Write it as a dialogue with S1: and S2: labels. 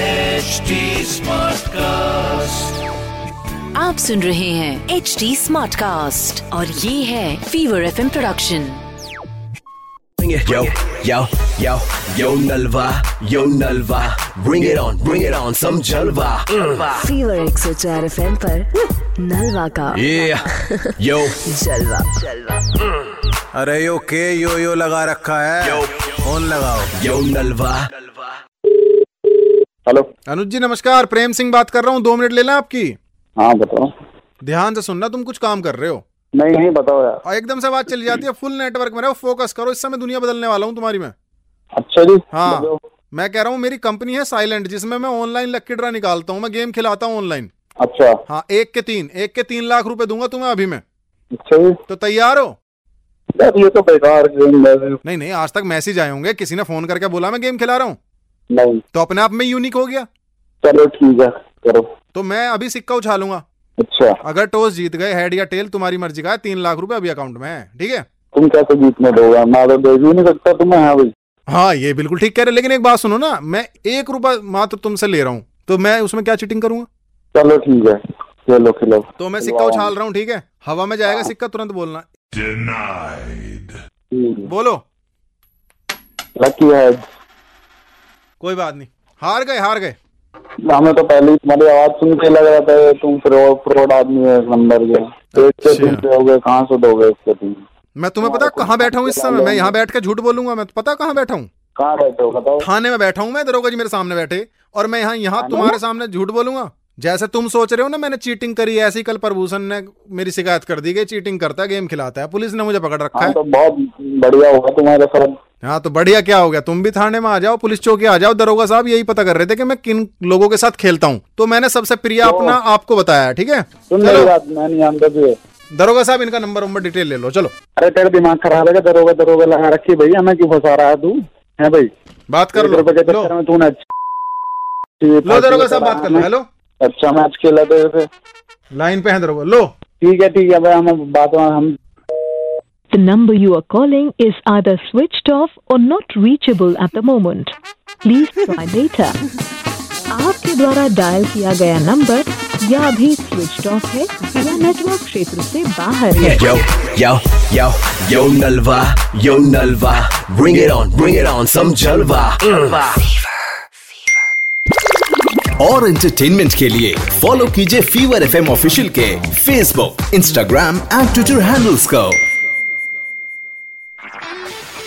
S1: HD Smartcast.
S2: आप सुन रहे हैं एच डी स्मार्ट कास्ट और ये है Fever F production
S3: Bring it. Yo, yo, yo, yo Nalva, yo Nalva. Bring it on, bring it on, some Jalva. Mm.
S2: Fever एक सौ चार एफ एम नलवा का
S3: Yeah, yo,
S2: जलवा जलवा
S4: अरे यो के यो यो लगा रखा है
S3: Yo.
S4: फोन लगाओ
S3: yo Nalva.
S5: Hello
S4: Anuj ji नमस्कार प्रेम सिंह बात कर रहा हूँ दो मिनट ले लें आपकी
S5: हाँ बताओ
S4: ध्यान से सुनना तुम कुछ काम कर रहे हो
S5: नहीं नहीं बताओ यार
S4: और एकदम से बात चली जाती है फुल नेटवर्क में रहो फोकस करो इस समय दुनिया बदलने वाला हूँ तुम्हारी मैं
S5: अच्छा जी
S4: हाँ
S5: बताओ।
S4: मैं कह रहा हूँ मेरी कंपनी है साइलेंट जिसमें मैं ऑनलाइन लक्की ड्रा निकालता हूँ मैं गेम खिलाता हूँ ऑनलाइन
S5: अच्छा
S4: हाँ एक के तीन एक के तीन लाख रुपए दूंगा तुम्हें अभी मैं
S5: अच्छा जी
S4: तो तैयार हो
S5: यार ये तो बेकार गेम है
S4: नहीं नहीं आज तक मैसेज आए होंगे किसी ने फोन करके बोला मैं गेम खिला रहा हूँ
S5: नहीं
S4: तो अपने आप में यूनिक हो गया
S5: चलो ठीक है करो
S4: तो मैं अभी सिक्का उछालूंगा
S5: अच्छा
S4: अगर टॉस जीत गए हेड या टेल तुम्हारी मर्जी का है तीन लाख रुपए अभी अकाउंट में है ठीक है
S5: तुम कैसे जीतने दोगे मैं तो दे भी नहीं सकता तुम्हें हाँ भाई
S4: हाँ ये बिल्कुल ठीक कह रहे हो, लेकिन एक बात सुनो ना मैं एक रुपया मात्र तुमसे ले रहा हूँ तो मैं उसमें क्या चीटिंग करूंगा
S5: चलो ठीक है चलो खिलो
S4: तो मैं सिक्का उछाल रहा हूँ ठीक है हवा में जाएगा सिक्का तुरंत बोलना
S1: Denied.
S4: बोलो
S5: लकी है
S4: कोई बात नहीं हार गए हार गए
S5: हमें तो पहले ही तुम्हारी आवाज सुन के लग रहा था ये तुम फ्रॉड फ्रॉड आदमी हो एक नंबर के एक से तुम दोगे कहाँ से दोगे इसके तुम
S4: मैं तुम्हें पता कहाँ बैठा हूँ इस समय मैं यहाँ बैठ के झूठ बोलूंगा मैं पता कहाँ बैठा हूँ
S5: कहाँ बैठे हो बताओ
S4: थाने में बैठा हूँ मैं दरोगा जी मेरे सामने बैठे और मैं यहाँ यहाँ
S5: हाँ,
S4: तुम्हारे सामने झूठ बोलूंगा जैसे तुम सोच रहे हो ना मैंने चीटिंग करी है, ऐसे ही कल प्रभूषण ने मेरी शिकायत कर दी कि चीटिंग करता है गेम खिलाता है पुलिस ने मुझे पकड़ रखा
S5: हाँ
S4: है
S5: तो बहुत बढ़िया हुआ तुम्हारे साथ
S4: हाँ तो बढ़िया क्या हो गया तुम भी थाने में आ जाओ पुलिस चौकी आ जाओ दरोगा साहब यही पता कर रहे थे कि मैं किन लोगों के साथ खेलता हूँ तो मैंने सबसे प्रिय अपना आपको बताया है, ठीक है
S5: सुन मेरी बात मैं नहीं जानता तुझे
S4: दरोगा साहब इनका नंबर वंबर डिटेल ले लो चलो
S5: अरे तेरा दिमाग खराब है क्या? दरोगा दरोगा लगा रखी है भाई हमें क्यों फंसा रहा है तू है भाई
S4: बात कर
S5: एक
S4: लो
S5: रुपए के
S4: लो
S5: चक्कर में तूने
S4: लो दरोगा साहब बात कर लो हेलो
S5: अच्छा मैच खेला तेरे से
S4: लाइन पे है दरोगा लो
S5: ठीक है ठीक है भाई हम बात हम
S6: The number you are calling is either switched off or not reachable at the moment. Please try later. आपके द्वारा डायल किया गया नंबर या अभी स्विच ऑफ है या नेटवर्क क्षेत्र से बाहर है
S3: Yo, yo, yo, yo Nalva, yo Nalva. Bring it on, bring it on, some Jalva. Mm.
S7: और एंटरटेनमेंट के लिए फॉलो कीजिए फीवर एफ ऑफिशियल के Facebook Instagram and Twitter handles को